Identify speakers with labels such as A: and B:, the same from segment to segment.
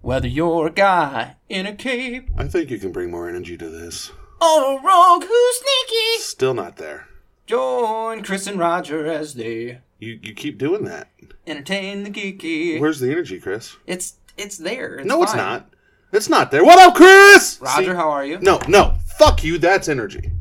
A: Whether you're a guy in a cape
B: I think you can bring more energy to this.
A: or a rogue who's sneaky,
B: Still not there.
A: join Chris and Roger as they
B: You you keep doing that.
A: entertain the geeky.
B: Where's the energy, Chris?
A: it's it's there. It's
B: no, it's
A: fine.
B: not. It's not there. What up, Chris?
A: Roger,
B: See-
A: how are you?
B: No, no. Fuck you. That's energy.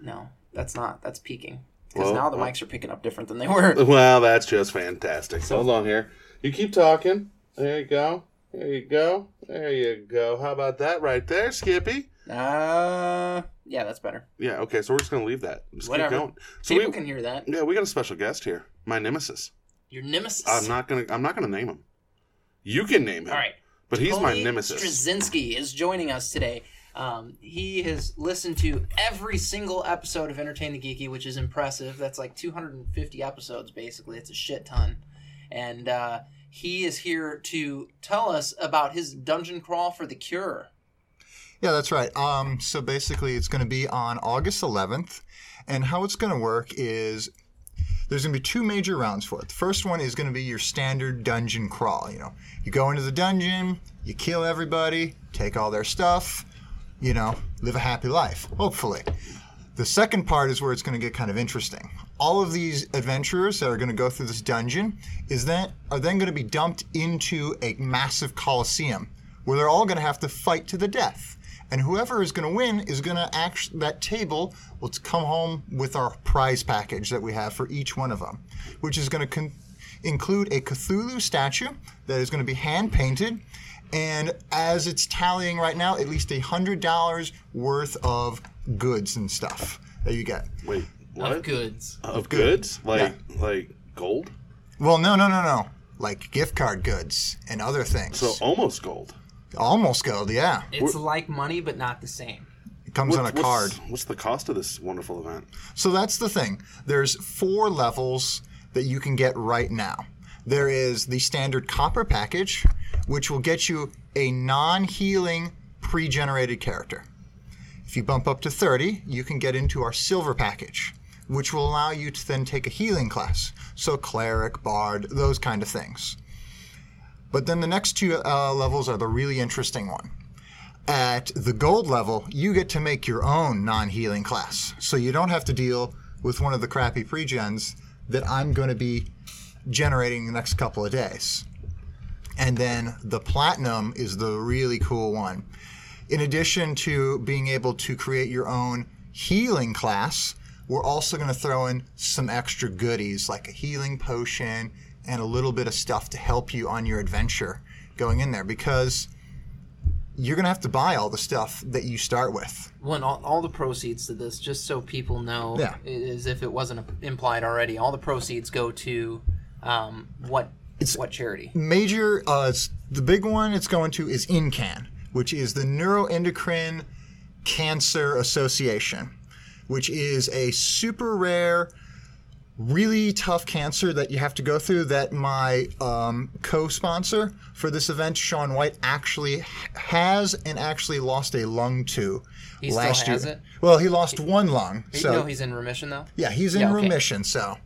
A: No, that's not. That's peaking. Because
B: Well,
A: now the
B: well.
A: mics are picking up different than they were.
B: Well, that's just fantastic. Hold on here. You keep talking. There you go. There you go. There you go. How about that right there, Skippy?
A: Uh, yeah, that's better.
B: Yeah, okay, so we're just gonna leave that. Just
A: Whatever.
B: keep going. So
A: People
B: we,
A: can hear that.
B: Yeah, we got a special guest here. My nemesis.
A: Your nemesis.
B: I'm not gonna I'm not gonna name him. You can name him.
A: All right.
B: But he's my
A: Tony
B: nemesis.
A: Straczynski is joining us today. Um, he has listened to every single episode of Entertain the Geeky, which is impressive. That's like 250 episodes, basically. It's a shit ton. And uh, he is here to tell us about his dungeon crawl for the cure.
C: Yeah, that's right. Um, so basically, it's going to be on August 11th, and how it's going to work is there's going to be two major rounds for it. The first one is going to be your standard dungeon crawl. You know, you go into the dungeon, you kill everybody, take all their stuff, you know, live a happy life, hopefully. The second part is where it's going to get kind of interesting. All of these adventurers that are going to go through this dungeon is then are then going to be dumped into a massive coliseum where they're all going to have to fight to the death. And whoever is going to win is going to act that table. Let's come home with our prize package that we have for each one of them, which is going to con- include a Cthulhu statue that is going to be hand painted. And as it's tallying right now, at least $100 worth of goods and stuff that you get.
B: Wait, what?
A: Of goods.
B: Of goods? Like like gold?
C: Well, no, no, no, no. Like gift card goods and other things.
B: So almost gold.
C: Almost gold, yeah.
A: It's like money, but not the same.
C: It comes on a
B: What's-
C: card.
B: What's, what's the cost of this wonderful event?
C: So that's the thing. There's four levels that you can get right now. There is the standard copper package, which will get you a non healing pre generated character. If you bump up to 30, you can get into our silver package, which will allow you to then take a healing class. So, cleric, bard, those kind of things. But then the next two uh, levels are the really interesting one at the gold level, you get to make your own non healing class. So you don't have to deal with one of the crappy pregens that I'm going to be generating the next couple of days. And then the platinum is the really cool one. In addition to being able to create your own healing class, we're also going to throw in some extra goodies like a healing potion and a little bit of stuff to help you on your adventure going in there because you're going to have to buy all the stuff that you start with.
A: Well, and all, all the proceeds to this, just so people know,
C: Yeah.
A: as if it wasn't implied already, all the proceeds go to um, what what charity?
C: Major, uh, s- the big one it's going to is INCAN, which is the Neuroendocrine Cancer Association, which is a super rare, really tough cancer that you have to go through. That my um, co sponsor for this event, Sean White, actually h- has and actually lost a lung to.
A: He still
C: last
A: has
C: year.
A: it?
C: Well, he lost one lung.
A: You
C: So
A: know he's in remission though.
C: yeah, he's in
A: Yeah, okay.
C: remission. So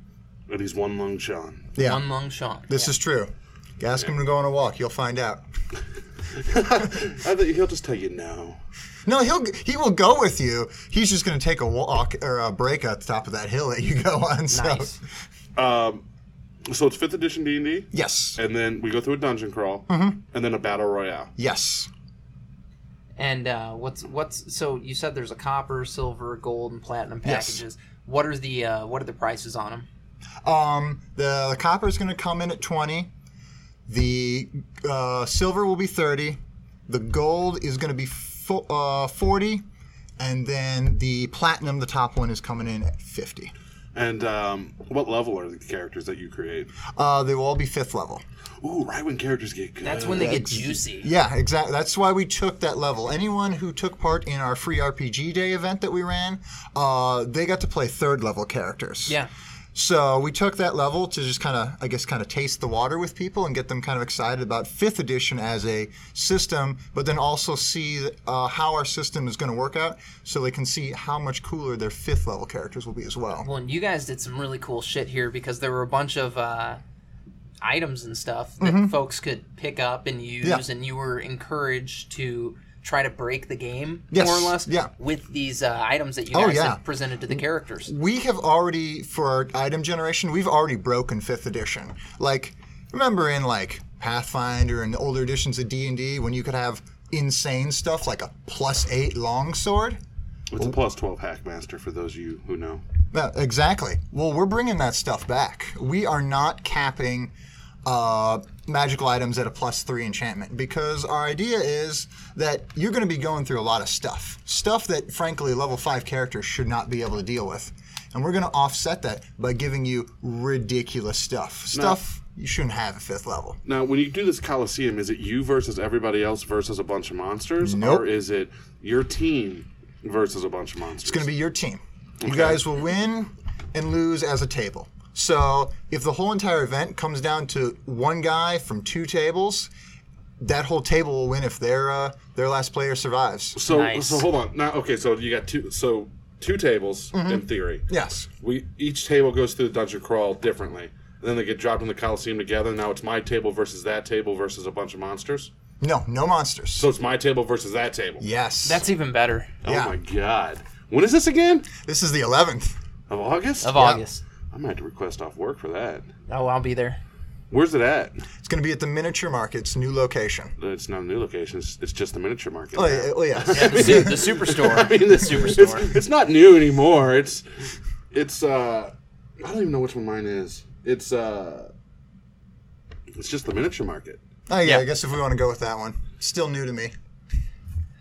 B: It is one lung Sean.
C: yeah,
A: One lung Sean.
C: This is true. Ask him to go on a walk. You'll find out.
B: I think he'll just tell you no.
C: No, he'll he will go with you. He's just going to take a walk or a break at the top of that hill that you go on. So
A: nice.
B: So it's fifth edition D and D,
C: yes,
B: and then we go through a dungeon crawl,
C: Mm-hmm.
B: and then a battle royale.
C: yes,
A: And uh, what's what's so you said there's a copper, silver, gold, and platinum
C: Yes.
A: packages. What are the uh, what are the prices on them?
C: Um, the, the copper is going to come in at 20. The uh, silver will be 30. The gold is going to be fo- uh, 40. And then the platinum, the top one, is coming in at 50.
B: And um, what level are the characters that you create?
C: Uh, they will all be fifth level.
B: Ooh, right when characters get good.
A: That's when they get juicy.
C: Uh, Yeah, exactly. That's why we took that level. Anyone who took part in our free RPG day event that we ran, uh, they got to play third level characters.
A: Yeah.
C: So we took that level to just kind of, I guess, kind of taste the water with people and get them kind of excited about fifth edition as a system, but then also see uh, how our system is going to work out so they can see how much cooler their fifth level characters will be as well.
A: Well, and you guys did some really cool shit here because there were a bunch of uh, items and stuff that folks could pick up and use,
C: Mm-hmm. Yeah.
A: and you were encouraged to try to break the game
C: Yes,
A: more or less
C: yeah.
A: with these uh, items that you
C: Oh,
A: guys
C: yeah.
A: had presented to the characters.
C: we have already for our item generation we've already broken fifth edition like remember in like pathfinder and the older editions of d&d when you could have insane stuff like a plus eight longsword
B: It's a plus 12 Hackmaster for those of you who know.
C: no, exactly well we're bringing that stuff back we are not capping uh, magical items at a plus three enchantment because our idea is that you're going to be going through a lot of stuff stuff that frankly level five characters should not be able to deal with and we're going to offset that by giving you ridiculous stuff stuff you shouldn't have at fifth level
B: Now, when you do this Coliseum, is it you versus everybody else versus a bunch of monsters?
C: Nope.
B: Or is it your team versus a bunch of monsters?
C: It's going to be your team. You guys will win and lose as a table. So if the whole entire event comes down to one guy from two tables, that whole table will win if their uh, their last player survives.
B: So,
A: Nice.
B: so hold on. Now, okay, so you got two. So two tables
C: Mm-hmm.
B: in theory.
C: Yes.
B: We each table goes through the dungeon crawl differently. And then they get dropped in the Coliseum together. Now it's my table versus that table versus a bunch of monsters.
C: No. No monsters.
B: So it's my table versus that table.
C: yes.
A: That's even better
B: Oh
C: yeah.
B: my god. When is this again?
C: this is the eleventh.
B: Of August?
A: of August.
B: I might have to request off work for that.
A: Oh, I'll be there.
B: Where's it at?
C: It's going to be at the miniature market's new location.
B: It's not a new location. It's, it's just the miniature market.
C: Oh, yeah, oh yes.
A: The, su- the superstore.
B: I mean,
A: the
B: this, it's,
A: superstore.
B: it's not new anymore. It's it's uh I don't even know which one mine is. It's uh it's just the miniature market.
C: Oh yeah.
A: Yeah.
C: I guess if we want to go with that one, still new to me.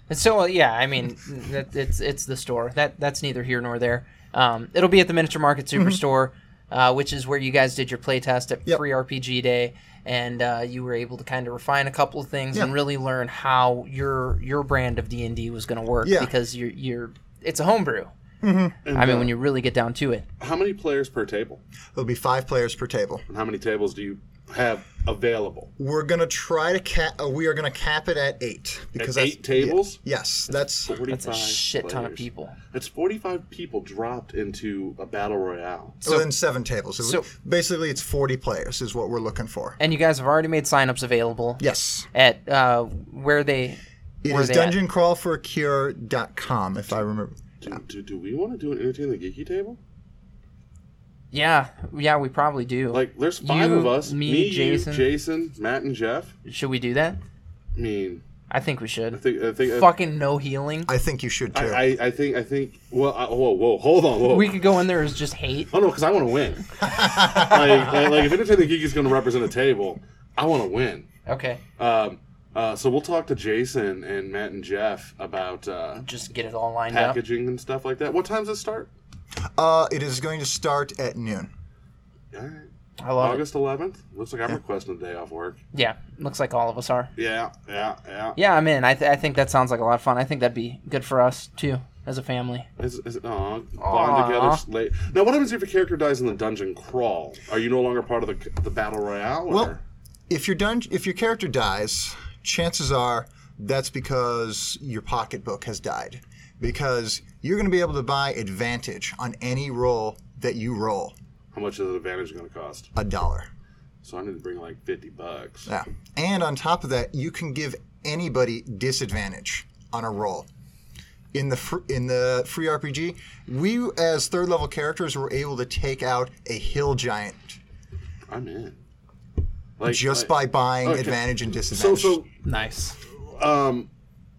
A: And so uh, yeah, I mean, that, it's it's the store. That that's neither here nor there. Um, it'll be at the Miniature Market Superstore, uh, which is where you guys did your playtest at
C: Yep.
A: Free RPG Day, and uh, you were able to kind of refine a couple of things and
C: Yeah.
A: really learn how your your brand of D and D was going to work
C: Yeah.
A: because you're you're it's a homebrew. I mean, when you really get down to it,
B: How many players per table?
C: There'll be five players per table.
B: And how many tables do you have available?
C: We're going to try to cap. Uh, we are going to cap it at eight because that's-
B: Eight tables?
C: Yes, that's
A: that's a shit ton of
B: players.
A: people.
B: That's 45 people dropped into a battle royale.
C: So then seven tables.
A: so-
C: basically, it's 40 players is what we're looking for.
A: And you guys have already made signups available.
C: Yes.
A: At uh, where they
C: It
A: where
C: is
A: they at?
C: dungeoncrawlforacure.com, if I remember.
B: Do, do, do we want to do an Entertain the Geeky table?
A: Yeah, yeah, we probably do.
B: Like, there's five
A: You,
B: of us.
A: me,
B: Me,
A: Jason.
B: you, Jason, Matt, and Jeff.
A: Should we do that?
B: I mean,
A: I think we
B: I
A: should.
B: think I think
A: Fucking no healing.
C: uh, I think you should too.
B: I, I, I think I think. Well, I, whoa, whoa, hold on, whoa.
A: We could go in there as just hate.
B: oh no, because I want to win. like, like, like, if Entertain the Geek is going to represent a table, I want to win.
A: Okay,
B: Um, uh, so we'll talk to Jason and Matt and Jeff about uh,
A: just get it all lined up.
B: packaging and stuff like that. What time does it start?
C: uh, it is going to start at noon.
B: All right.
A: I love
B: August 11th. Looks like I'm requesting a day off work.
A: it. Yeah, looks like all of us are.
B: Yeah, yeah, yeah.
A: Yeah, I'm in. I, th- I think that sounds like a lot of fun. I think that'd be good for us too, as a family.
B: Is, is, aw, bond together. s- Late. Now, what happens if your character dies in the dungeon crawl? Are you no longer part of the the battle royale?
C: Well,
B: or?
C: if your dun- if your character dies, chances are that's because your pocketbook has died. Because you're going to be able to buy advantage on any roll that you roll
B: how much is an advantage going to cost?
C: a dollar.
B: So I need to bring like 50 bucks.
C: Yeah. And on top of that, you can give anybody disadvantage on a roll. In the fr- in the free RPG, we as third level characters were able to take out a hill giant
B: I'm in. Like
C: just
B: like-
C: by buying
B: okay.
C: advantage and
B: so
C: disadvantage.
B: so
A: Nice.
B: um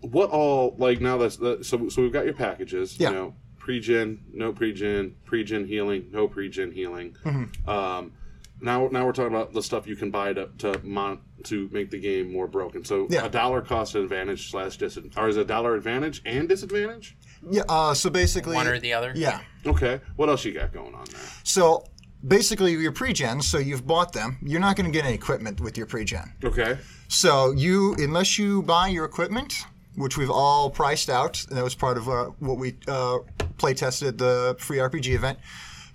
B: what all like now that's the, so so we've got your packages
C: Yeah.
B: you know pre-gen no pre-gen pre-gen healing no pre-gen healing
C: Mm-hmm.
B: um now now we're talking about the stuff you can buy to to mon- to make the game more broken so
C: Yeah.
B: a dollar cost advantage slash disadvantage or is it a dollar advantage and disadvantage
C: yeah, uh, so basically,
A: One or the other.
C: yeah.
B: okay what else you got going on there
C: So basically, your pre-gens. So you've bought them. You're not going to get any equipment with your pre-gen.
B: okay
C: So you, unless you buy your equipment, which we've all priced out, and that was part of uh, what we uh, play tested at the free RPG event,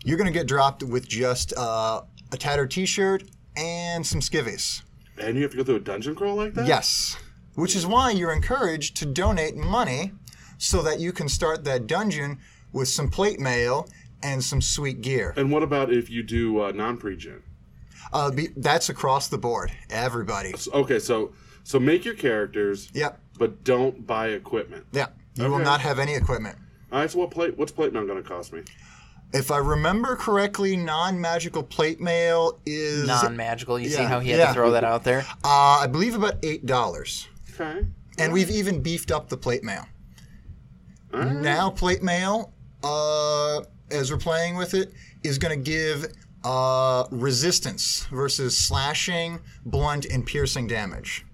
C: you're going to get dropped with just uh, a tattered T-shirt and some skivvies.
B: and you have to go through a dungeon crawl like that
C: Yes, which is why you're encouraged to donate money so that you can start that dungeon with some plate mail and some sweet gear.
B: and what about if you do uh, non-pre-gen
C: Uh, be, that's across the board. Everybody.
B: So- okay, so so make your characters.
C: Yep.
B: But don't buy equipment.
C: Yeah. You will
B: Okay.
C: not have any equipment.
B: All right. So what plate? What's plate mail going to cost me?
C: If I remember correctly, non-magical plate mail is, uh,
A: Non-magical. You see
C: Yeah,
A: how he had
C: yeah.
A: to throw that out there.
C: I believe, about eight dollars.
B: Okay.
C: And we've even beefed up the plate mail.
B: All right.
C: Now plate mail, uh, as we're playing with it, is going to give uh, resistance versus slashing, blunt, and piercing damage.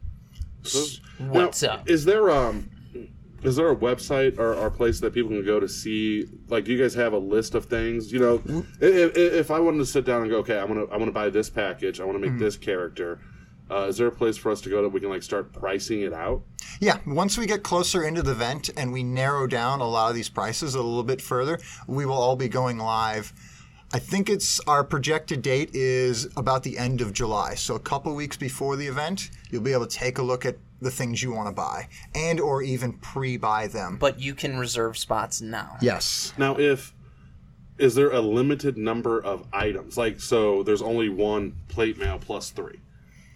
B: Those-
A: What's up?
B: Is there um is there a website or, or place that people can go to see? Like, do you guys have a list of things? You know,
A: Mm-hmm.
B: i- i- if, I wanted to sit down and go, okay, I want to I want to buy this package, I want to
A: Mm-hmm.
B: make this character. Uh, is there a place for us to go that we can like start pricing it out?
C: Yeah, once we get closer into the vent and we narrow down a lot of these prices a little bit further, we will all be going live. I think it's our projected date is about the end of July. So a couple weeks before the event, you'll be able to take a look at the things you want to buy and or even pre-buy them.
A: But you can reserve spots now.
C: yes.
B: Now, if is there a limited number of items? Like, so there's only one plate mail plus three,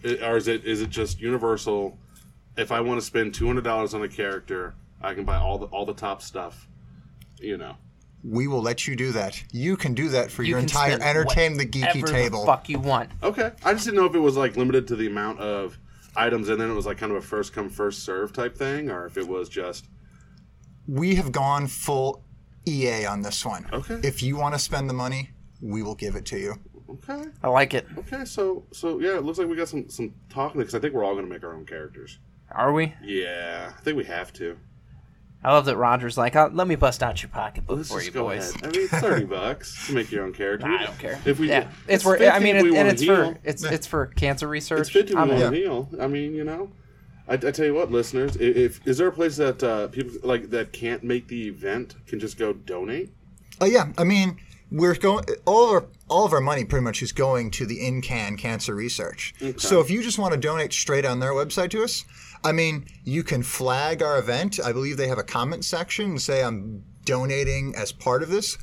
B: I- or is it is it just universal? If I want to spend two hundred dollars on a character, I can buy all the all the top stuff. You know,
C: We will let you do that. You can do that for
A: You
C: your
A: can
C: entire
A: spend
C: entertain the
A: whatever
C: geeky
A: the
C: table.
A: fuck you want.
B: okay. I just didn't know if it was like limited to the amount of items, and then it was like kind of a first come first serve type thing, or if it was just
C: we have gone full EA on this one.
B: Okay.
C: If you want to spend the money, we will give it to you.
B: okay.
A: I like it.
B: Okay, so so yeah, it looks like we got some some talking because I think we're all gonna make our own characters.
A: Are we?
B: Yeah, I think we have to.
A: I love that Roger's like, oh, let me bust out your pocketbook
B: Let's
A: for
B: just
A: you
B: go
A: boys.
B: ahead. I mean, it's thirty bucks to make your own character.
A: Nah, I don't care.
B: If we,
A: yeah, it's, for.
B: 50
A: I mean,
B: if
A: it, and
B: we wanna
A: it's for
B: heal.
A: it's it's for cancer research. Um,
B: It's fifty.
A: I'm
B: We
A: in.
B: want to heal. I mean, you know, I, I tell you what, listeners, i- if, if is there a place that uh, people like that can't make the event can just go donate?
C: Oh yeah, I mean, we're going all of our all of our money pretty much is going to the InCan Cancer Research. So if you just want to donate straight on their website to us, I mean, you can flag our event. I believe they have a comment section and say I'm donating as part of this.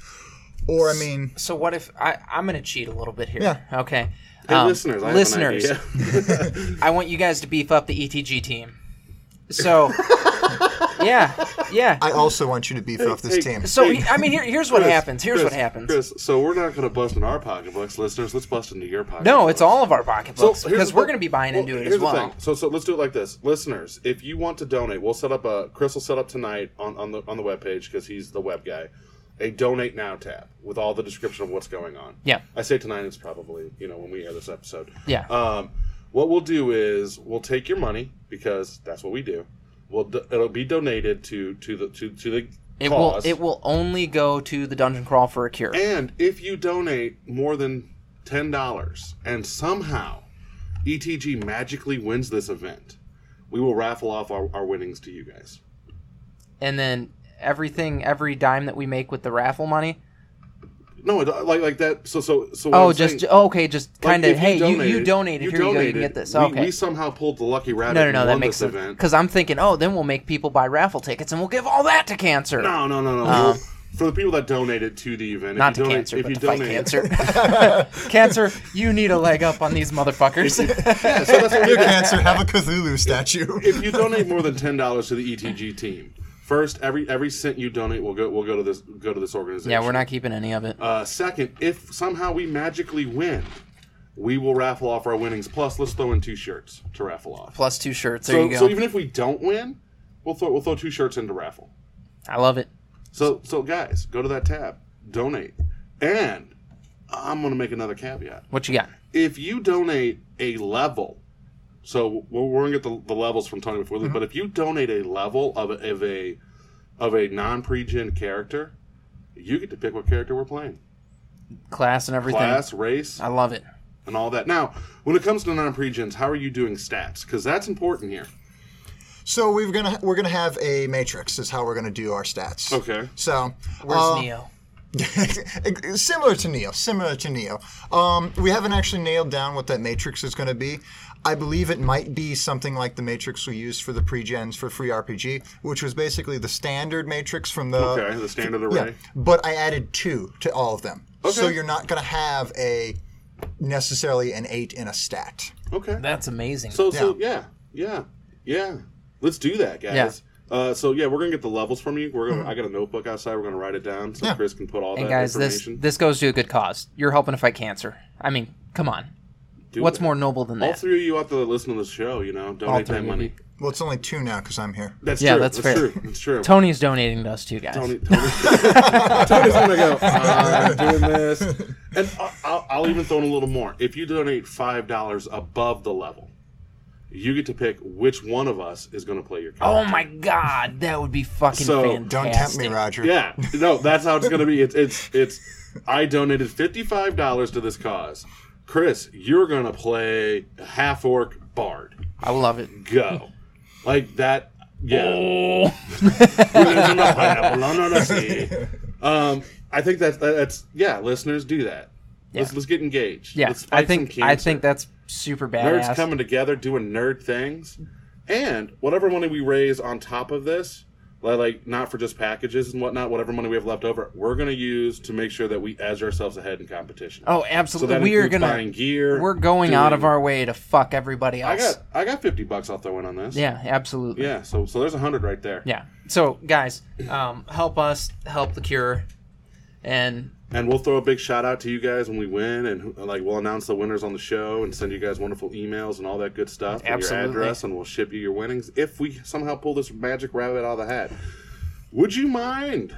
C: Or I mean,
A: So what if I, I'm going to cheat a little bit here?
C: Yeah.
A: Okay.
B: Hey,
A: Um,
B: listeners, I have an
A: listeners,
B: idea.
A: I want you guys to beef up the ETG team. So, yeah, yeah.
C: I also want you to beef up this
B: hey,
C: team.
A: so he- I mean, here, here's what
B: Chris,
A: happens. Here's
B: Chris,
A: what happens.
B: Chris, so we're not going to bust in our pocketbooks, listeners. Let's bust into your pocketbooks.
A: no, it's all of our
B: So,
A: pocketbooks
B: here's
A: because
B: the
A: we're
B: thing.
A: going to be buying
B: Well,
A: into it
B: here's
A: as
B: the
A: well.
B: thing. So, so let's do it like this, listeners. If you want to donate, we'll set up a Chris will set up tonight on, on the on the webpage because he's the web guy. A donate now tab with all the description of what's going on.
A: Yeah.
B: I say tonight. It's probably you know when we air this episode.
A: Yeah.
B: Um, what we'll do is we'll take your money because that's what we do. We'll do, it'll be donated to to the to to the
A: It
B: cause.
A: will it will only go to the dungeon crawl for a cure.
B: And if you donate more than ten dollars, and somehow ETG magically wins this event, we will raffle off our, our winnings to you guys.
A: and then everything every dime that we make with the raffle money
B: No, it- like like that. So so so. what
A: oh
B: I'm
A: just
B: saying-
A: oh, okay just
B: like,
A: kind of
B: if
A: hey you, you
B: donated-
A: donated
B: you
A: here you go you can get this
B: We,
A: okay
B: we somehow pulled the lucky rabbit.
A: no no no
B: and
A: that
B: won
A: makes
B: this
A: sense
B: event.
A: because i'm thinking oh then we'll make people buy raffle tickets and we'll give all that to cancer
B: No no no no. For the people that donated to the event,
A: Uh-huh. not
B: if
A: to
B: you donate,
A: cancer
B: if
A: but
B: you
A: to
B: donate,
A: fight cancer cancer you need a leg up on these motherfuckers
B: Yeah, so that's what
C: Dear cancer, have a Cthulhu statue.
B: if you donate more than ten dollars to the ETG team, first every every cent you donate will go will go to this go to this organization.
A: yeah we're not keeping any of it
B: Uh, second, if somehow we magically win, we will raffle off our winnings. Plus, let's throw in two shirts to raffle off.
A: plus two shirts there
B: so,
A: you go
B: so even if we don't win, we'll throw we'll throw two shirts into raffle.
A: i love it
B: So so guys, go to that tab, donate, and I'm gonna make another caveat.
A: what you got
B: If you donate a level, so we're, we're gonna get the, the levels from Tony before,
A: Mm-hmm.
B: but if you donate a level of a, of a of a non pregen character, you get to pick what character we're playing,
A: class and everything
B: class, race,
A: i love it
B: and all that. Now, when it comes to non-pregens, how are you doing stats? Because that's important here.
C: So we're gonna we're gonna have a matrix is how we're gonna do our stats.
B: Okay.
C: So
A: where's
C: uh,
A: neo
C: similar to Neo, similar to Neo. Um, we haven't actually nailed down what that matrix is going to be. I believe it might be something like the matrix we used for the pre-gens for free RPG, which was basically the standard matrix from the.
B: Okay, the standard
C: Yeah,
B: array.
C: but I added two to all of them, so
B: Okay.
C: you're not going to have a necessarily an eight in a stat.
B: Okay.
A: That's amazing.
B: So so yeah, yeah, yeah. Let's do that, guys. Uh, so yeah, we're gonna get the levels from you. We're gonna. I got a notebook outside. We're gonna write it down so
C: Yeah.
B: Chris can put all
A: and
B: that
A: Mm-hmm. guys, this
B: information.
A: this goes to a good cause. You're helping to fight cancer. I mean, come on.
B: Do
A: What's
B: it.
A: more noble than
B: All
A: that?
B: three of you out there that listen to the show, you know, donate
A: three
B: that
A: of
B: money.
A: you.
C: Well, it's only two now because I'm here.
B: That's
A: Yeah,
B: true.
A: that's
B: That's,
A: fair.
B: true. That's true.
A: Tony is donating to us too, guys.
B: Tony, Tony, Tony's gonna go. I'm doing this, and I'll, I'll, I'll even throw in a little more. If you donate five dollars above the level, you get to pick which one of us is gonna play your character.
A: Oh my God, that would be fucking
B: So-
A: fantastic.
C: Don't tempt me, Roger.
B: Yeah, no, that's how it's gonna be. It's it's it's. I donated fifty five dollars to this cause. Chris, you're gonna play a half orc bard.
A: I love it.
B: Go, like that. Yeah.
A: Oh.
B: There's enough pineapple on our sea. Um, I think that's that's yeah. Listeners, do that. Let's let's get engaged.
A: Yeah,
B: Let's
A: I
B: fight some
A: think I
B: cancer.
A: think that's super
B: nerds
A: badass.
B: coming together doing nerd things, and whatever money we raise on top of this, li- like not for just packages and whatnot, whatever money we have left over, we're gonna use to make sure that we edge ourselves ahead in competition.
A: Oh,
B: so
A: absolutely.
B: that
A: we are
B: includes buying
A: gonna.
B: gear.
A: We're going out of
B: doing-
A: our way to fuck everybody
B: I
A: else.
B: got I got fifty bucks. I'll throw in on this.
A: yeah, absolutely.
B: Yeah. So so there's a hundred right there.
A: Yeah. So, guys, um, help us help the cure, and
B: And we'll throw a big shout out to you guys when we win, and who- like we'll announce the winners on the show, and send you guys wonderful emails and all that good stuff, and your
A: Absolutely.
B: address, and we'll ship you your winnings if we somehow pull this magic rabbit out of the hat. Would you mind?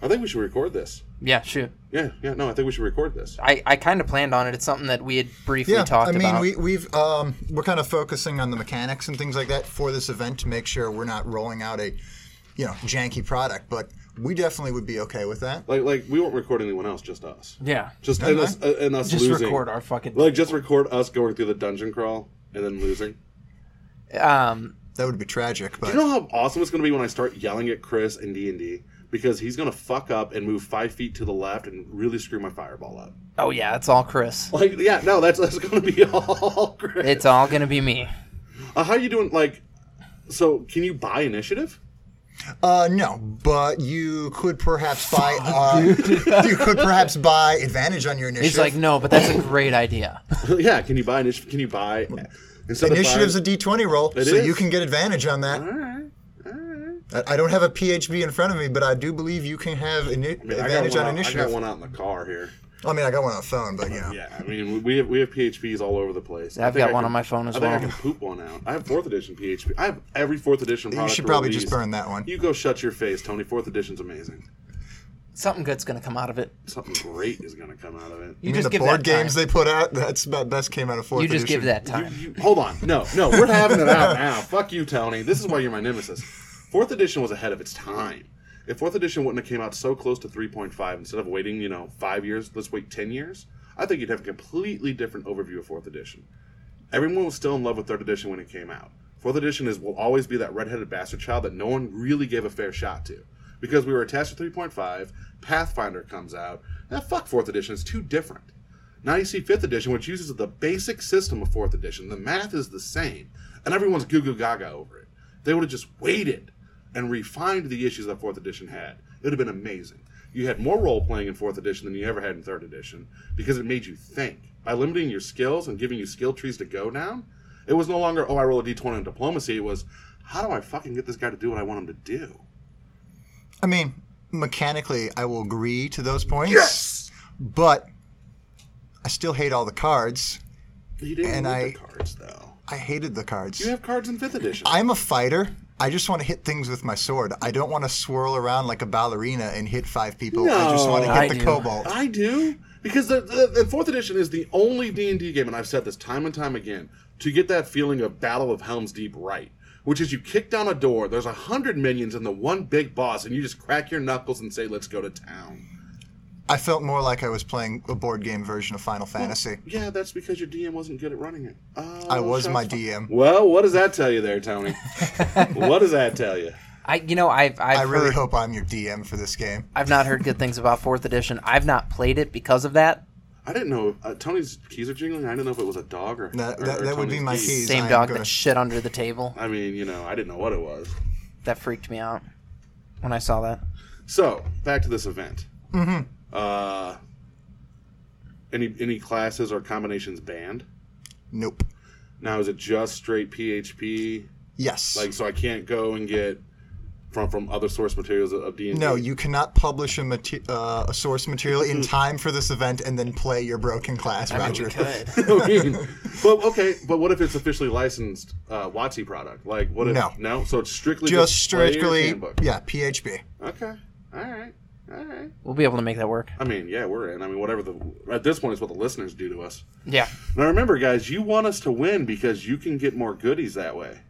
B: I think we should record this.
A: yeah, shoot.
B: Yeah, yeah, no, I think we should record this.
A: I, I kind of planned on it. It's something that we had briefly
C: Yeah,
A: talked
C: I mean,
A: about.
C: we, we've um, we're kind of focusing on the mechanics and things like that for this event to make sure we're not rolling out a, you know, janky product. But we definitely would be okay with that.
B: Like, like we won't record anyone else, just us.
A: yeah.
B: Just and us, uh, and us
A: Just
B: losing.
A: record our fucking.
B: Like, just record us going through the dungeon crawl and then losing.
A: Um,
C: That would be tragic. But
B: You know how awesome it's gonna be when I start yelling at Chris and D and D because he's gonna fuck up and move five feet to the left and really screw my fireball up.
A: oh yeah, it's all Chris.
B: Like, yeah, no, that's that's gonna be all Chris.
A: It's all gonna be me.
B: Uh, how you doing? Like, so can you buy initiative?
C: uh, no, but you could perhaps buy uh, you could perhaps buy advantage on your initiative.
A: He's like, no, but that's a great idea.
B: yeah, can you buy initiative? Can you buy instead
C: Initiative's a
B: Of
C: D twenty roll, so
B: is.
C: you can get advantage on that. I I don't have a PHB in front of me, but I do believe you can have ini-
B: buying, I mean,
C: advantage
B: I got one
C: on
B: out, I
C: initiative.
B: got one out in the car here.
C: I mean, I got one on the phone, but you know.
B: Yeah, I mean, we- we have we have PHPs all over the place. I
A: I've
B: think
A: got
B: I
A: one
B: can-
A: on my phone as
B: I think
A: well.
B: I can poop one out. I have fourth edition PHP. I have every fourth edition.
C: You
B: Product
C: should probably
B: released.
C: just burn that one.
B: You go shut your face, Tony. Fourth edition's amazing.
A: Something good's gonna come out of it.
B: Something great is gonna come out of it.
A: You
C: I mean,
A: just
C: the
A: give
C: board
A: that time.
C: games they put out, that's about best came out of fourth
A: you just give
C: edition.
A: that time.
B: You- hold on. No, no, we're having it out now. Fuck you, Tony. This is why you're my nemesis. Fourth edition was ahead of its time. If fourth edition wouldn't have came out so close to 3.5, instead of waiting, you know, five years, let's wait 10 years, I think you'd have a completely different overview of fourth edition. Everyone was still in love with third edition when it came out. Fourth edition is will always be that redheaded bastard child that no one really gave a fair shot to. Because we were attached to 3.5, Pathfinder comes out. Now, fuck fourth edition, it's too different. Now you see fifth edition, which uses the basic system of fourth edition. The math is the same, and everyone's goo goo gaga over it. They would have just waited and refined the issues that fourth edition had. It would have been amazing. You had more role playing in fourth edition than you ever had in third edition because it made you think. By limiting your skills and giving you skill trees to go down, it was no longer, oh, I roll a d20 in diplomacy. It was, how do I fucking get this guy to do what I want him to do?
C: I mean, mechanically, I will agree to those points. Yes! But I still hate all the cards.
B: He didn't
C: And
B: need
C: I-
B: the cards, though.
C: I hated the cards.
B: You have cards in fifth edition.
C: I'm a fighter. I just want to hit things with my sword. I don't want to swirl around like a ballerina and hit five people. I just want to
A: No.
C: hit
A: I
C: the
A: do.
C: cobalt.
B: I do because the, the, the fourth edition is the only D and D game, and I've said this time and time again to get that feeling of Battle of Helm's Deep right, which is you kick down a door, there's a hundred minions and the one big boss, and you just crack your knuckles and say, "Let's go to town."
C: I felt more like I was playing a board game version of Final Fantasy.
B: Yeah, that's because your DM wasn't good at running it. Oh,
C: I was
B: shots
C: my
B: fi-
C: DM.
B: Well, what does that tell you there, Tony? what does that tell you?
A: I, you know, I've, I've
C: I really
A: heard-
C: hope I'm your DM for this game.
A: I've not heard good things about fourth edition. I've not played it because of that.
B: I didn't know uh, Tony's keys are jingling. I didn't know if it was a dog or
C: That-
B: or-
C: that-
B: or
C: that would be
B: Tony's
C: my keys.
A: Same
C: I'm
A: dog
C: gonna-
A: that shit under the table.
B: I mean, you know, I didn't know what it was.
A: That freaked me out when I saw that.
B: So back to this event. Mm-hmm. Uh, any any classes or combinations banned?
C: Nope.
B: Now is it just straight PHP?
C: Yes.
B: Like so, I can't go and get from from other source materials of D and
C: no, you cannot publish a, mate- uh, a source material
A: Mm.
C: in time for this event and then play your broken class, Roger.
A: Good.
B: but okay, but what if it's officially licensed uh, WotC product? Like what if
C: No.
B: no? So it's strictly
C: Just
B: player
C: strictly,
B: handbook.
C: yeah, PHP.
B: Okay. All right. All right.
A: We'll be able to make that work.
B: I mean, yeah, we're in. I mean, whatever the at this point is what the listeners do to us.
A: Yeah.
B: Now remember, guys, you want us to win because you can get more goodies that way.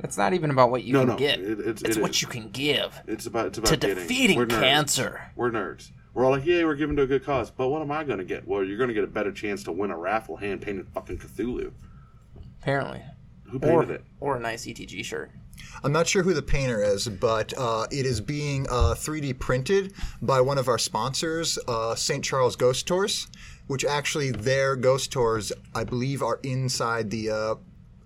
A: It's not even about what you
B: No,
A: can
B: no,
A: get.
B: it- it's-
A: it's
B: it
A: what
B: is.
A: you can give
B: It's about it's about
A: to
B: getting.
A: defeating
B: We're nerds.
A: cancer.
B: We're nerds. We're all like, yeah, we're giving to a good cause, but what am I going to get? Well, you're going to get a better chance to win a raffle hand painted fucking Cthulhu.
A: Apparently.
B: Who painted
A: Or,
B: it?
A: or a nice ETG shirt.
C: I'm not sure who the painter is, but uh, it is being uh, 3D printed by one of our sponsors, uh, St. Charles Ghost Tours, which actually their ghost tours, I believe, are inside the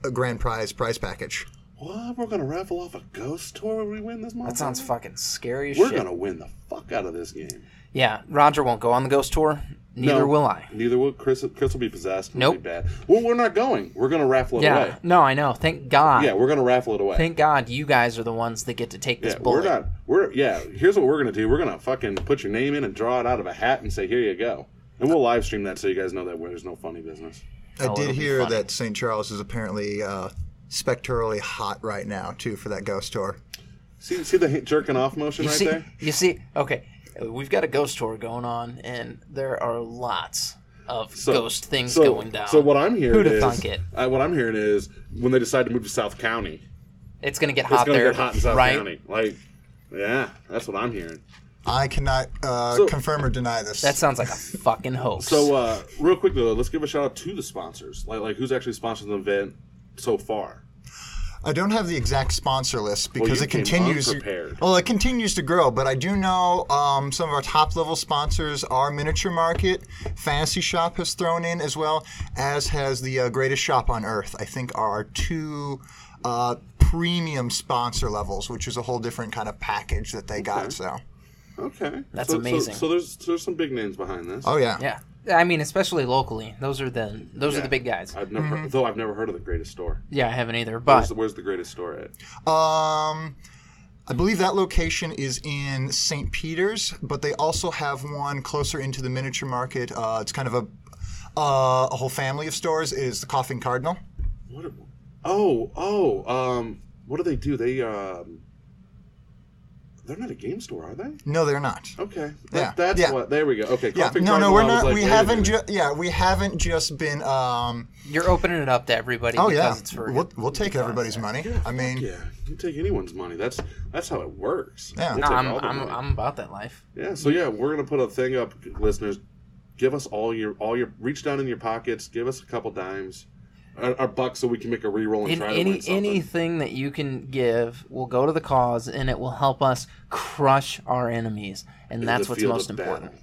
C: uh, grand prize prize package.
B: What? We're going to raffle off a ghost tour when we win this month?
A: That sounds fucking scary as
B: We're
A: shit.
B: going to win the fuck out of this game.
A: Yeah, Roger won't go on the ghost tour. Neither
B: No,
A: will I.
B: Neither will Chris. Chris will be possessed. It'll
A: Nope.
B: Be bad. Well, we're not going. We're going to raffle it
A: Yeah.
B: away.
A: No, I know. Thank God.
B: Yeah, we're going to raffle it away.
A: Thank God you guys are the ones that get to take this
B: Yeah,
A: bullet.
B: we're not. We're yeah. Here's what we're gonna do. We're gonna fucking put your name in and draw it out of a hat and say, "Here you go." And we'll live stream that so you guys know that there's no funny business.
C: I
A: Oh,
C: did
A: it'll be
C: hear
A: funny.
C: that St. Charles is apparently uh, spectrally hot right now, too, for that ghost tour.
B: See, see the hit- jerking off motion
A: You
B: right
A: see,
B: there.
A: you see, okay, we've got a ghost tour going on, and there are lots of ghost things
B: so,
A: going down.
B: So what I'm hearing
A: Who'da
B: is-
A: thunk it?
B: uh, what I'm hearing is when they decide to move to South County,
A: it's gonna get
B: it's
A: hot
B: gonna
A: there,
B: get hot in South
A: right?
B: County. Like, yeah, that's what I'm hearing.
C: I cannot uh,
B: So-
C: confirm or deny this.
A: That sounds like a fucking hoax.
B: So uh, real quick though, let's give a shout out to the sponsors. Like, like who's actually sponsoring the event so far?
C: I don't have the exact sponsor list because
B: you
C: it
B: came
C: continues.
B: unprepared.
C: Well, it continues to grow, but I do know um, some of our top level sponsors are Miniature Market, Fantasy Shop has thrown in as well as has the uh, Greatest Shop on Earth. I think are our two uh, premium sponsor levels, which is a whole different kind of package that they got. So,
B: Okay,
A: That's
B: So- so-
A: amazing.
B: So, there's there's some big names behind this.
C: oh yeah,
A: yeah, I mean, especially locally, those are the those are
B: Yeah.
A: the big guys.
B: I've never heard, though I've never heard of the greatest store.
A: yeah, I haven't either,
B: Where's
A: but
B: the, where's the greatest store at?
C: Um, I believe that location is in St. Peter's, but they also have one closer into the miniature market. Uh, it's kind of a uh, a whole family of stores. It is the Coughing Cardinal.
B: What? are- oh, oh. Um, what do they do? They um, they're not a game store, are they?
C: No, they're not.
B: Okay, that,
C: Yeah,
B: That's
C: yeah.
B: what. There we go. Okay.
C: Yeah,
B: Coffee
C: no,
B: Cardinal,
C: no,
B: I
C: we're
B: was
C: not.
B: like,
C: we
B: wait a
C: haven't.
B: minute.
C: Ju- yeah, we haven't just been. Um,
A: you're opening it up to everybody.
C: oh
A: because
C: yeah,
A: It's for,
C: we'll, we'll take everybody's money. I mean,
B: yeah, you take anyone's money. That's that's how it works.
C: Yeah.
B: We'll
A: no,
B: take
A: I'm
B: all the
A: I'm,
B: money.
A: I'm about that life.
B: Yeah. So yeah, we're gonna put a thing up, listeners. Give us all your all your reach down in your pockets. Give us a couple dimes, our, our bucks, so we can make a reroll and
A: In
B: try to
A: any
B: win something.
A: anything that you can give will go to the cause, and it will help us crush our enemies, and
B: in
A: that's
B: the
A: what's
B: field
A: most
B: of battle.
A: important.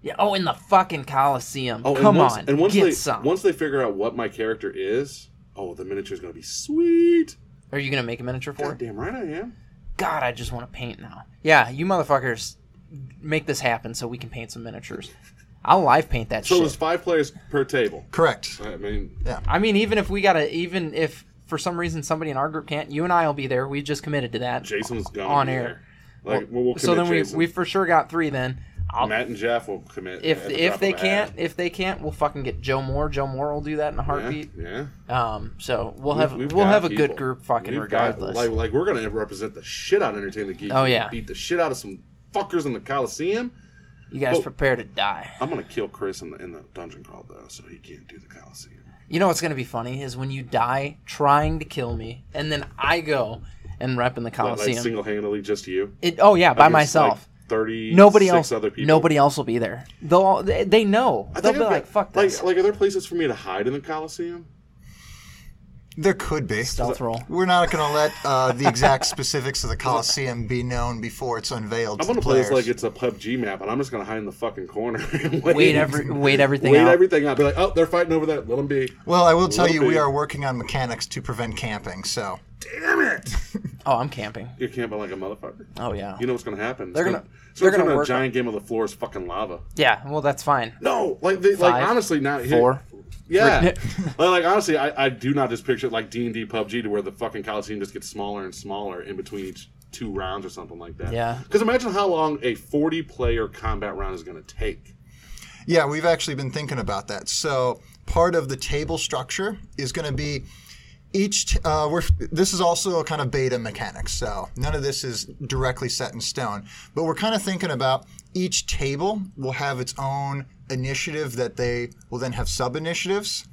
A: Yeah. Oh, in the fucking Coliseum.
B: Oh,
A: Come
B: and once,
A: on.
B: And once
A: get
B: they
A: some.
B: once they figure out what my character is, oh, the miniature's gonna be sweet.
A: Are you gonna make a miniature for? it?
B: Damn right I am.
A: God, I just want to paint now. Yeah, you motherfuckers, make this happen so we can paint some miniatures. I'll live paint that
B: So
A: shit.
B: there's five players per table.
C: correct.
B: I mean,
A: I mean, even if we gotta, even if for some reason somebody in our group can't, you and I will be there. We just committed to that.
B: Jason's gonna
A: On
B: be
A: air.
B: there. Like we'll, we'll
A: so then we,
B: Jason.
A: we for sure got three. Then I'll,
B: Matt and Jeff will commit
A: if
B: at the drop
A: if
B: of
A: they
B: a hat.
A: can't if they can't, we'll fucking get Joe Moore. Joe Moore will do that in a
B: Yeah,
A: heartbeat.
B: yeah.
A: Um, so we'll
B: We've-
A: have we
B: we've
A: will
B: got
A: have a
B: people.
A: good group fucking
B: We've got-
A: regardless.
B: like, like we're gonna represent the shit out of Entertain the Geek.
A: Oh, yeah.
B: beat the shit out of some fuckers in the Coliseum.
A: you guys
B: oh.
A: prepare to die.
B: I'm gonna kill Chris in the in the dungeon crawl though, so he can't do the Coliseum.
A: You know what's gonna be funny is when you die trying to kill me, and then I go and rep in the
B: Like, like
A: Coliseum.
B: single handedly, just you.
A: It, oh yeah, by
B: Against,
A: myself.
B: Like Thirty.
A: nobody else.
B: Other people.
A: Nobody else will be there. They'll all, they, they know.
B: I
A: They'll
B: think
A: be
B: I've
A: like,
B: got-
A: "Fuck this."
B: Like, like, are there places for me to hide in the Coliseum?
C: There could be.
A: Stealth roll.
C: We're not going to let uh, the exact specifics of the Coliseum be known before it's unveiled.
B: I'm
C: to
B: gonna
C: the
B: play this
C: players.
B: like it's a PUBG map, and I'm just gonna hide in the fucking corner. and
A: Wait every wait everything
B: wait
A: out.
B: everything out. Be like, oh, they're fighting over that. Let them be.
C: Well, I will tell
B: Little
C: you, we
B: bit.
C: are working on mechanics to prevent camping. So,
B: Damn it!
A: Oh, I'm camping.
B: You're camping like a motherfucker.
A: Oh yeah.
B: You know what's gonna happen.
A: They're
B: It's
A: gonna-
B: it's
A: they're
B: gonna
A: gonna
B: turn
A: work-
B: a giant game of the floor is fucking lava.
A: Yeah. Well, that's fine.
B: No, like they, like
A: Five.
B: honestly, not here-
A: Four.
B: Yeah,
A: Right.
B: like, like, honestly, I, I do not just picture it like D and D PUBG to where the fucking Coliseum just gets smaller and smaller in between each two rounds or something like that.
A: Yeah.
B: because imagine how long a forty-player combat round is going to take.
C: Yeah, we've actually been thinking about that. So part of the table structure is going to be each. t- Uh, we're, this is also a kind of beta mechanic, so none of this is directly set in stone. But we're kind of thinking about each table will have its own initiative that they will then have sub initiatives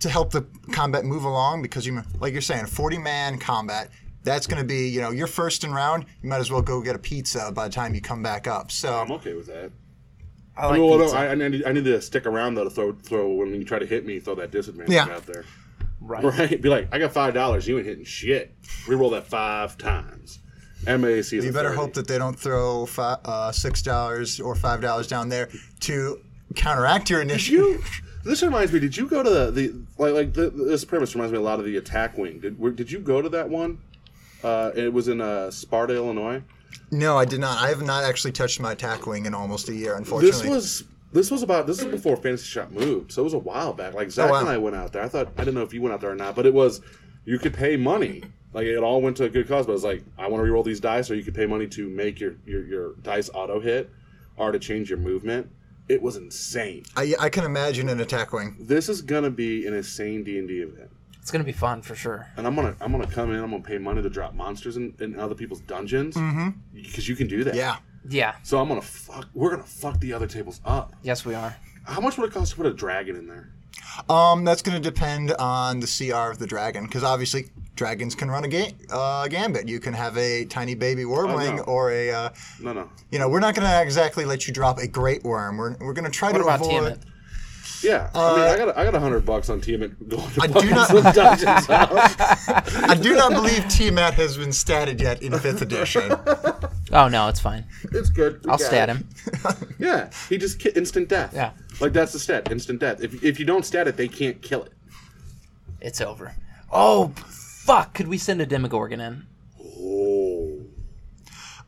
C: to help the combat move along because you like you're saying 40 man combat that's going to be you know you're first in round you might as well go get a pizza by the time you come back up so
B: I'm okay with that.
A: I
B: I
A: like
B: mean, well, no,
A: pizza.
B: I, I need, I need to stick around though to throw throw when you try to hit me, throw that disadvantage
C: Yeah.
B: out there.
A: right.
B: Right? Be like, I got five dollars. You ain't hitting shit. Reroll that five times. MAC is
C: You better hope that they don't throw fi- uh, six dollars or five dollars down there to counteract your
B: Did
C: initiative.
B: you this reminds me did you go to the, the like like the, this premise reminds me a lot of the attack wing did were, did you go to that one uh, it was in uh, sparta illinois
C: No, I did not. I have not actually touched my attack wing in almost a year,
B: this
C: unfortunately.
B: was this was about this is before fantasy shop moved so it was a while back like zach
C: Oh, wow.
B: and i went out there i thought i didn't know if you went out there or not but it was you could pay money like it all went to a good cause but it's like i want to reroll these dice or you could pay money to make your your, your dice auto hit or to change your movement it was insane
C: I, I can imagine an attack wing.
B: this is gonna be an insane d&d event
A: It's gonna be fun for sure.
B: and I'm gonna I'm gonna come in. I'm gonna pay money to drop monsters in, in other people's dungeons because you can do that.
C: Yeah,
A: Yeah.
B: So I'm gonna fuck. We're gonna fuck the other tables up.
A: Yes, we are.
B: How much would it cost to put a dragon in there?
C: um, that's going to depend on the CR of the dragon, because obviously dragons can run a ga- uh, gambit. You can have a tiny baby wormling
B: no.
C: or a. Uh,
B: No, no.
C: you know, we're not going to exactly let you drop a great worm. We're, we're going to try
A: What
C: to
A: about
C: avoid.
A: Tiamat?
B: Yeah, I mean, I got a, I got a hundred bucks on Tiamat going to
C: I do
B: fucking
C: not-
B: some dungeons. up.
C: I do not believe Tiamat has been statted yet in fifth edition.
A: Oh no, it's fine.
B: It's good. We
A: I'll
B: got
A: stat
B: it.
A: him.
B: Yeah, he just ki- instant death.
A: Yeah.
B: like that's the stat, instant death. If if you don't stat it, they can't kill it.
A: It's over. Oh fuck! Could we send a Demogorgon in?
B: Oh,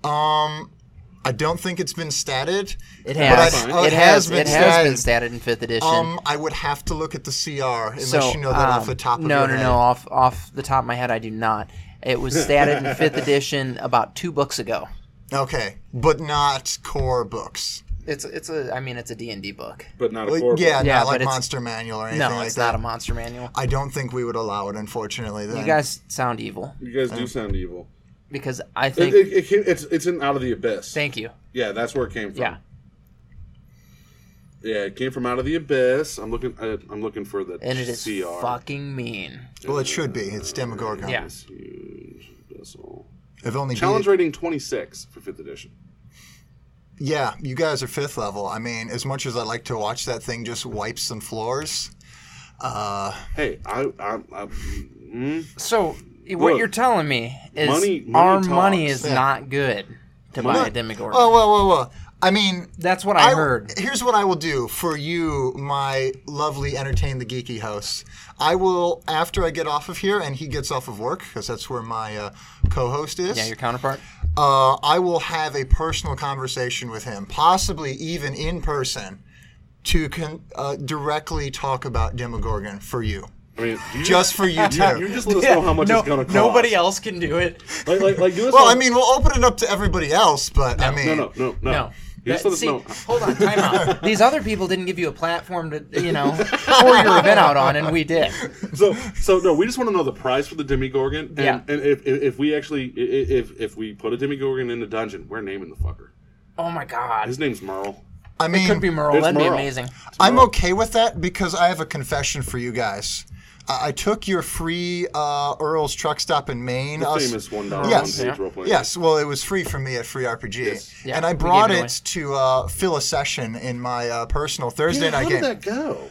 C: I don't think it's been statted.
A: It
B: that's
A: has.
B: fine.
A: It,
C: Oh, It
A: has.
C: has been
A: it has been
C: statted.
A: statted in fifth edition.
C: Um, I would have to look at the CR unless
A: so
C: you know that
A: um,
C: off the top of
A: no,
C: your
A: no,
C: head.
A: no. Off off the top of my head, I do not. It was statted in fifth edition about two books ago.
C: Okay, but not core books.
A: It's it's a. I mean, it's a D and D book.
B: but not a
C: Well,
B: horrible.
C: yeah,
A: Yeah,
C: not
A: but
C: like
A: it's-
C: Monster Manual or anything
A: No,
C: like
A: it's
C: that.
A: not a monster manual.
C: I don't think we would allow it, unfortunately. Then.
A: You guys sound evil
B: you guys do sound evil.
A: because I
B: It,
A: think.
B: it, it, came- it's it's in out of the abyss.
A: thank you.
B: Yeah, that's where it came from.
A: Yeah.
B: Yeah, it came from out of the abyss. I'm looking. I, I'm looking for the
A: And it is
B: CR.
A: fucking mean.
C: well, it should be. It's Demogorgon.
A: Yeah.
B: It's huge vessel.
C: If only
B: Challenge
C: be-
B: rating 26 for fifth edition.
C: yeah, you guys are fifth level. I mean, as much as I like to watch that thing just wipe some floors, uh,
B: Hey, I, I, I mm,
A: So what
B: Look,
A: you're telling me is
B: money- money
A: our money
B: talks.
A: is not good to buy a Demogorgon.
C: Oh, whoa, whoa, whoa. I mean,
A: That's what I
C: will-
A: heard.
C: Here's what I will do for you, my lovely Entertain the Geeky hosts. I will, after I get off of here and he gets off of work, because that's where my uh, co host is,
A: yeah, your counterpart.
C: uh, I will have a personal conversation with him, possibly even in person, to con- uh, directly talk about Demogorgon for you.
B: I mean, do you,
C: Just for you,
B: you,
C: too.
B: you just let us know how much it's gonna cost.
A: Nobody else can do it.
B: Like, like, like, you just
C: Well,
B: let-
C: I mean, we'll open it up to everybody else, but I mean,
B: no, no, no, no.
A: No.
B: You just
A: That-
B: let us
A: see,
B: know.
A: hold on, time out. These other people didn't give you a platform to, you know, pour your event out on, and we did.
B: So, so no, we just want to know the price for the Demigorgon, and,
A: Yeah.
B: and if, if if we actually i- i- if if we put a Demigorgon in the dungeon, we're naming the fucker.
A: Oh my god,
B: His name's Merle.
C: I mean,
A: could be Merle.
B: It's
A: That'd be
B: Merle.
A: amazing.
C: I'm okay with that because I have a confession for you guys. I, I took your free uh, Earl's truck stop in Maine.
B: The
C: us-
B: famous one dollar
C: Yes.
B: one page role playing.
C: Yes, well, it was free for me at Free RPG,
A: Yeah,
C: and I
A: we
C: brought
A: gave it
C: it,
A: away.
C: to uh, fill a session in my uh, personal Thursday
B: Yeah,
C: night
B: how
C: game.
B: did that go?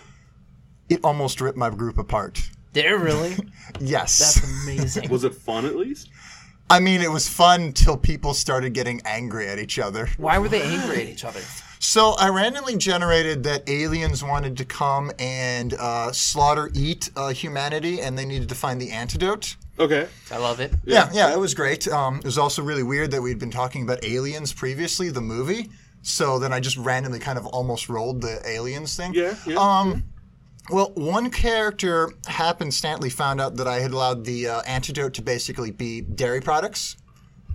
C: It almost ripped my group apart.
A: Did it really?
C: Yes,
A: That's amazing.
B: Was it fun at least?
C: I mean it was fun till people started getting angry at each other.
A: Why were they angry at each other?
C: So I randomly generated that aliens wanted to come and uh, slaughter, eat uh, humanity, and they needed to find the antidote.
B: Okay.
A: I love it.
C: Yeah, yeah, it was great. Um, it was also really weird that we'd been talking about aliens previously, the movie. So then I just randomly kind of almost rolled the aliens thing.
B: Yeah. yeah.
A: Um,
C: Well, one character happenstantly found out that I had allowed the uh, antidote to basically be dairy products.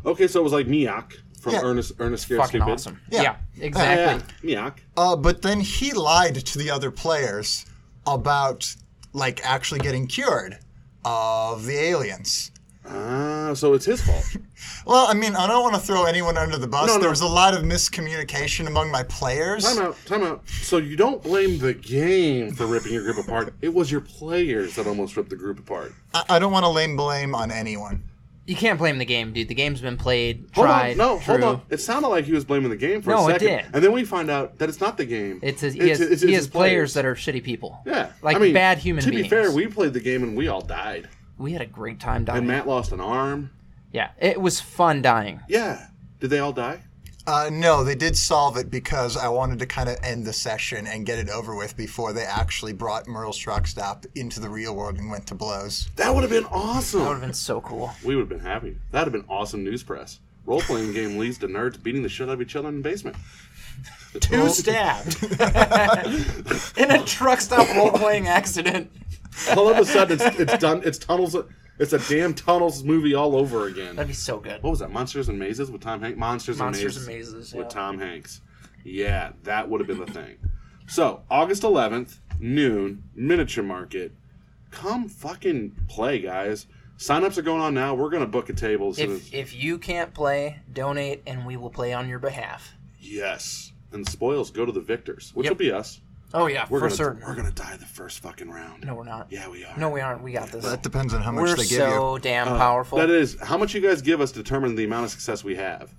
B: okay, so it was like Miak from
C: yeah.
B: Ernest Ernest Scared
A: Fucking
B: Stupid.
A: awesome.
C: Yeah.
A: Yeah,
B: Yeah,
A: exactly.
B: Miak.
C: Uh, but then he lied to the other players about like actually getting cured of the aliens.
B: Ah, so it's his fault.
C: Well, I mean, I don't want to throw anyone under the bus.
B: No, no.
C: There was a lot of miscommunication among my players.
B: Time out, time out. So you don't blame the game for ripping your group apart. It was your players that almost ripped the group apart.
C: I, I don't want to lay blame on anyone.
A: You can't blame the game, dude. The game's been played,
B: Hold
A: tried,
B: on, no,
A: true.
B: hold on. It sounded like he was blaming the game for
A: No,
B: a
A: it
B: second,
A: did.
B: and then we find out that it's not the game.
A: It's his, he has,
B: it's- it's
A: he
B: his
A: has players that are shitty people.
B: yeah,
A: like
B: I mean,
A: bad human
B: To
A: beings.
B: be fair, we played the game and we all died,
A: we had a great time dying.
B: and Matt lost an arm.
A: yeah, it was fun dying.
B: Yeah, did they all die?
C: Uh, no, they did solve it because I wanted to kind of end the session and get it over with before they actually brought Merle's truck stop into the real world and went to blows.
B: That would have been
A: That would have
B: awesome.
A: been so cool.
B: We would have been happy. That'd have been awesome news press. Role playing game leads to nerds beating the shit out of each other in the basement.
A: Two stabbed in a truck stop role playing accident.
B: All of a sudden, it's, it's done. It's tunnels. It's a damn tunnels movie all over again.
A: That'd be so good.
B: what was that? Monsters and Mazes with Tom Hanks. Monsters,
A: Monsters
B: and
A: and
B: Mazes,
A: Mazes,
B: with
A: yeah.
B: Tom Hanks. Yeah, that would have been the thing. So August 11th, noon, miniature market. Come fucking play, guys. Signups are going on now. We're gonna book a table. As soon as,
A: If if you can't play, donate and we will play on your behalf.
B: yes, and spoils go to the victors, which
A: Yep.
B: will be us.
A: Oh yeah,
B: We're
A: for
B: gonna
A: certain.
B: we're gonna die the first fucking round.
A: no, we're not.
B: Yeah, we are.
A: No, we aren't. We got this.
C: That depends on how much
A: We're
C: they give you.
A: so damn powerful.
B: Uh, That is how much you guys give us determines the amount of success we have.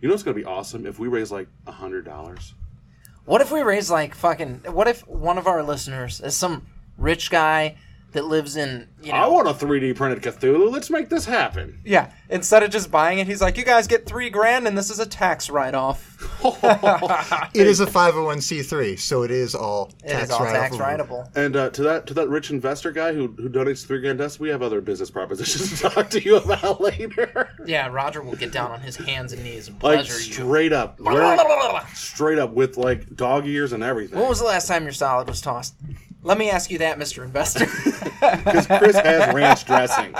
B: You know it's gonna be awesome if we raise like a hundred dollars.
A: What if we raise like fucking? What if one of our listeners is some rich guy that lives in you know?
B: I want a 3D printed Cthulhu. Let's make this happen.
A: yeah. Instead of just buying it, he's like, "You guys get three grand, and this is a tax write-off.
C: It is a 501c3, so it is all
A: It
C: tax
A: is all tax
C: write-off.
A: writeable."
B: And uh, to that to that rich investor guy who who donates three grand to us, we have other business propositions to talk to you about later.
A: Yeah, Roger will get down on his hands and knees and
B: like
A: pleasure you.
B: straight up, we're- straight up with like dog ears and
A: When
B: everything.
A: was the last time your salad was tossed? Let me ask you that, Mister Investor.
B: Because Chris has ranch dressing.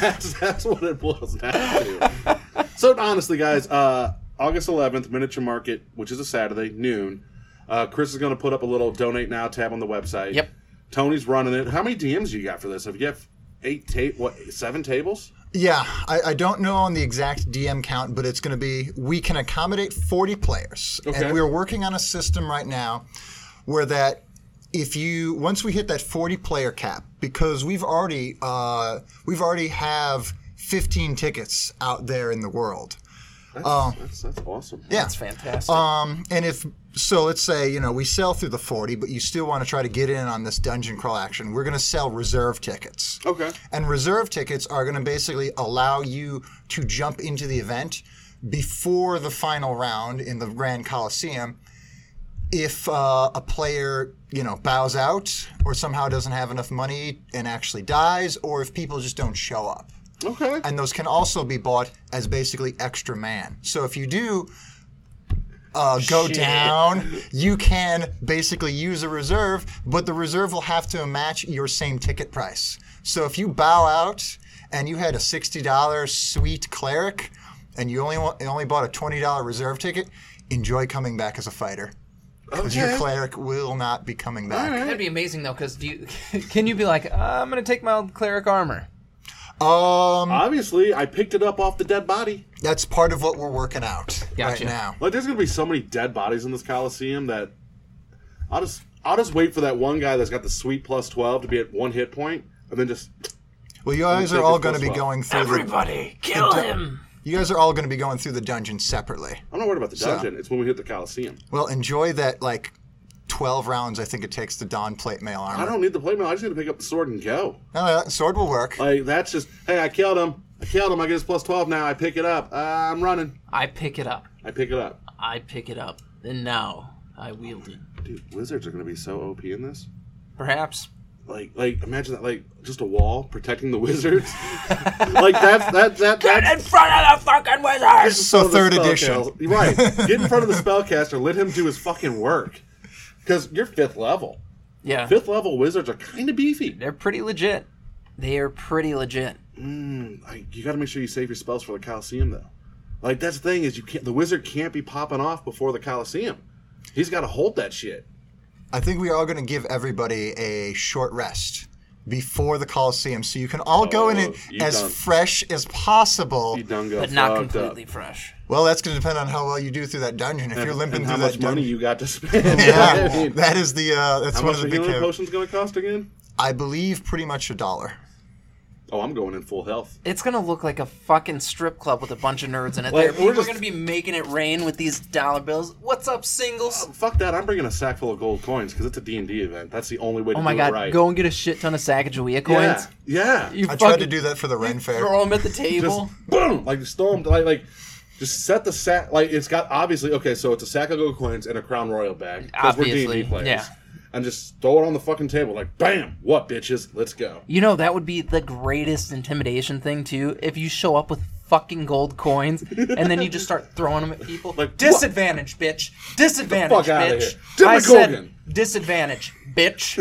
B: That's that's what it boils down to. So honestly, guys, uh, August 11th, miniature market, which is a Saturday noon. Uh, Chris is going to put up a little donate now tab on the website.
A: Yep.
B: Tony's running it. How many DMs you got for this? Have you have eight ta- what seven tables?
C: Yeah, I, I don't know on the exact DM count, but it's going to be we can accommodate 40 players,
B: Okay.
C: and we're working on a system right now where that if you once we hit that 40 player cap, because we've already uh, we've already have 15 tickets out there in the world.
B: That's, that's, that's awesome.
C: Yeah.
A: That's fantastic.
C: Um, and if so, let's say you know we sell through the forty, but you still want to try to get in on this dungeon crawl action. We're going to sell reserve tickets.
B: Okay.
C: And reserve tickets are going to basically allow you to jump into the event before the final round in the Grand Coliseum. If uh, a player, you know, bows out or somehow doesn't have enough money and actually dies, or if people just don't show up
B: Okay.
C: and those can also be bought as basically extra man. So if you do uh, go down, you can basically use a reserve, but the reserve will have to match your same ticket price. So if you bow out and you had a sixty dollars sweet cleric, and you only wa- you only bought a twenty dollar reserve ticket, enjoy coming back as a fighter. Because your
B: Okay.
C: cleric will not be coming back.
A: That'd be amazing though, because do you can you be like, uh, I'm gonna take my old cleric armor?
C: Um,
B: Obviously, I picked it up off the dead body.
C: that's part of what we're working out
A: Gotcha.
C: right now.
B: Like, there's gonna be so many dead bodies in this coliseum that I'll just I'll just wait for that one guy that's got the sweet plus twelve to be at one hit point, and then just
C: Well, you guys are
B: take
C: all
B: it
C: going to
B: full
C: be
B: swell.
C: going through the
A: Everybody, kill him!
C: You guys are all going to be going through the dungeon separately.
B: I'm not worried about the dungeon. It's when we hit the coliseum.
C: Well, enjoy that like 12 rounds I think it takes to don plate mail
B: I
C: armor.
B: don't need the plate mail. I just need to pick up the sword and go.
C: No, that sword will work.
B: Like that's just hey, I killed him. I killed him. I get his plus twelve now. I pick it up. Uh, I'm running.
A: I pick it up.
B: I pick it up.
A: I pick it up. And now I wielded.
B: Dude, wizards are going to be so OP in this.
A: Perhaps.
B: Like, like imagine that, like just a wall protecting the wizards. like that's that that that's
A: front of the fucking wizards!
C: So
B: of the
C: third edition.
B: spellcast- right? Get in front of the spellcaster. Let him do his fucking work. Because you're fifth level.
A: Yeah.
B: Fifth level wizards are kind of beefy.
A: They're pretty legit. They are pretty legit.
B: Like, you got to make sure you save your spells for the Coliseum, though. Like that's the thing is you can't. The wizard can't be popping off before the Coliseum. He's got to hold that shit.
C: I think we are going to give everybody a short rest before the Coliseum, so you can all go in
B: Oh,
C: it
B: you
C: as
B: done.
C: fresh as possible.
B: He done got
A: But not
B: fucked up.
A: completely fresh.
C: Well, that's going to depend on how well you do through that dungeon. If you're limping
B: and
C: through
B: how
C: that
B: much money
C: dungeon,
B: you got to spend. I
C: yeah,
B: mean,
C: that is the uh, that's
B: how
C: one
B: much the
C: of the big.
B: healing
C: Have-
B: potion's gonna cost again?
C: I believe pretty much a dollar.
B: Oh, I'm going in full health.
A: It's gonna look like a fucking strip club with a bunch of nerds in it.
B: Like,
A: There, people
B: we're
A: are
B: just-
A: gonna be making it rain with these dollar bills. What's up, singles?
B: Fuck that! I'm bringing a sack full of gold coins because it's a D and D event. That's the only way to
A: Oh my
B: do
A: god,
B: it right.
A: go and get a shit ton of Sacagawea
B: yeah,
A: coins.
B: yeah.
A: You
C: I
A: fucking
C: tried to do that for the Ren Fair.
A: throw them at the
B: just
A: table.
B: boom, like storm, like like just set the sack. Like it's got obviously okay, so it's a sack of gold coins and a crown royal bag because we're D and
A: Obviously,
B: D players.
A: yeah.
B: And just throw it on the fucking table, like bam, what bitches? Let's go.
A: You know, that would be the greatest intimidation thing, too, if you show up with fucking gold coins and then you just start throwing them at people.
B: Like,
A: disadvantage, bitch. Disadvantage,
B: fuck outta
A: bitch.
B: here.
A: I
B: Demogorgon.
A: said disadvantage, bitch.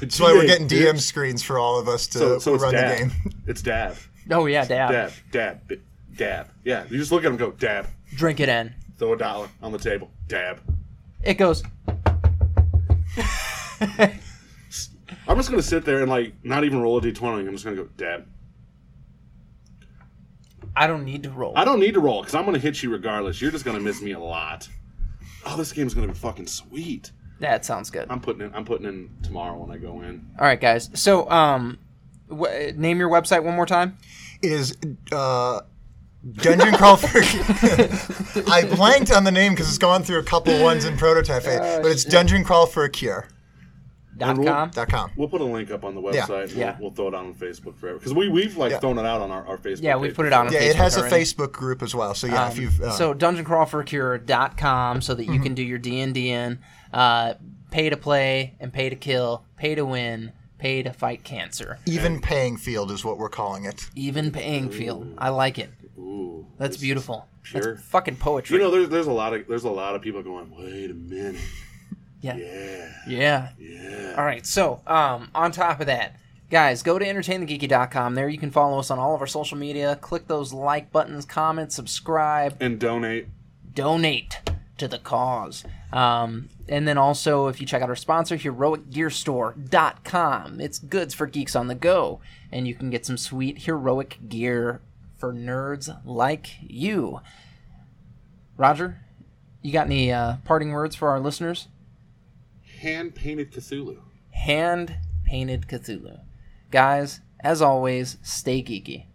C: That's why we're getting
B: Yeah,
C: DM screens for all of us to
B: So, so it's
C: run the
B: dab.
C: game.
B: It's dab,
A: Oh, yeah, dab.
B: dab, dab, bi- dab. Yeah, you just look at him, go dab,
A: Drink it in.
B: throw a dollar on the table, dab.
A: It goes,
B: I'm just gonna sit there and like not even roll a d20. I'm just gonna go dab.
A: I don't need to roll.
B: I don't need to roll because I'm gonna hit you regardless. You're just gonna miss me a lot. Oh, this game's gonna be fucking sweet.
A: That sounds good.
B: I'm putting in. I'm putting in tomorrow when I go in.
A: All right, guys. So, um, w- name your website one more time.
C: It is uh, Dungeon Crawl for. I blanked on the name because it's gone through a couple ones in prototype, phase, but it's Dungeon Crawl for a Cure
A: Dot
B: we'll-
A: com.
C: dot com.
B: We'll put a link up on the website. and we'll-
A: yeah.
B: We'll, throw it out on Facebook forever because we we've like
C: Yeah.
B: thrown it out on our, our Facebook. Um,
A: Yeah, we
B: page.
A: put it on.
C: Yeah, it has a
A: already.
C: Facebook group as well. So yeah, if you've uh, Mm-hmm.
A: so dungeoncrawlforcure.com so that you can do your D&D in uh, pay to play and pay to kill, pay to win, pay to fight cancer.
C: even paying field is what we're calling it.
A: Even paying field. I like it.
B: Ooh,
A: That's beautiful.
B: pure.
A: That's fucking poetry.
B: You know, there's there's a lot of there's a lot of people going. Wait a minute.
A: Yeah.
B: Yeah.
A: yeah.
B: Yeah.
A: All right. So, um, on top of that, guys, go to entertainthegeeky.com. There you can follow us on all of our social media. Click those like buttons, comment, subscribe.
B: And donate.
A: donate to the cause. Um, and then also, if you check out our sponsor, heroicgearstore.com, it's goods for geeks on the go. And you can get some sweet heroic gear for nerds like you. Roger, you got any uh, parting words for our listeners?
B: Hand painted Cthulhu.
A: Hand painted Cthulhu. Guys, as always, stay geeky.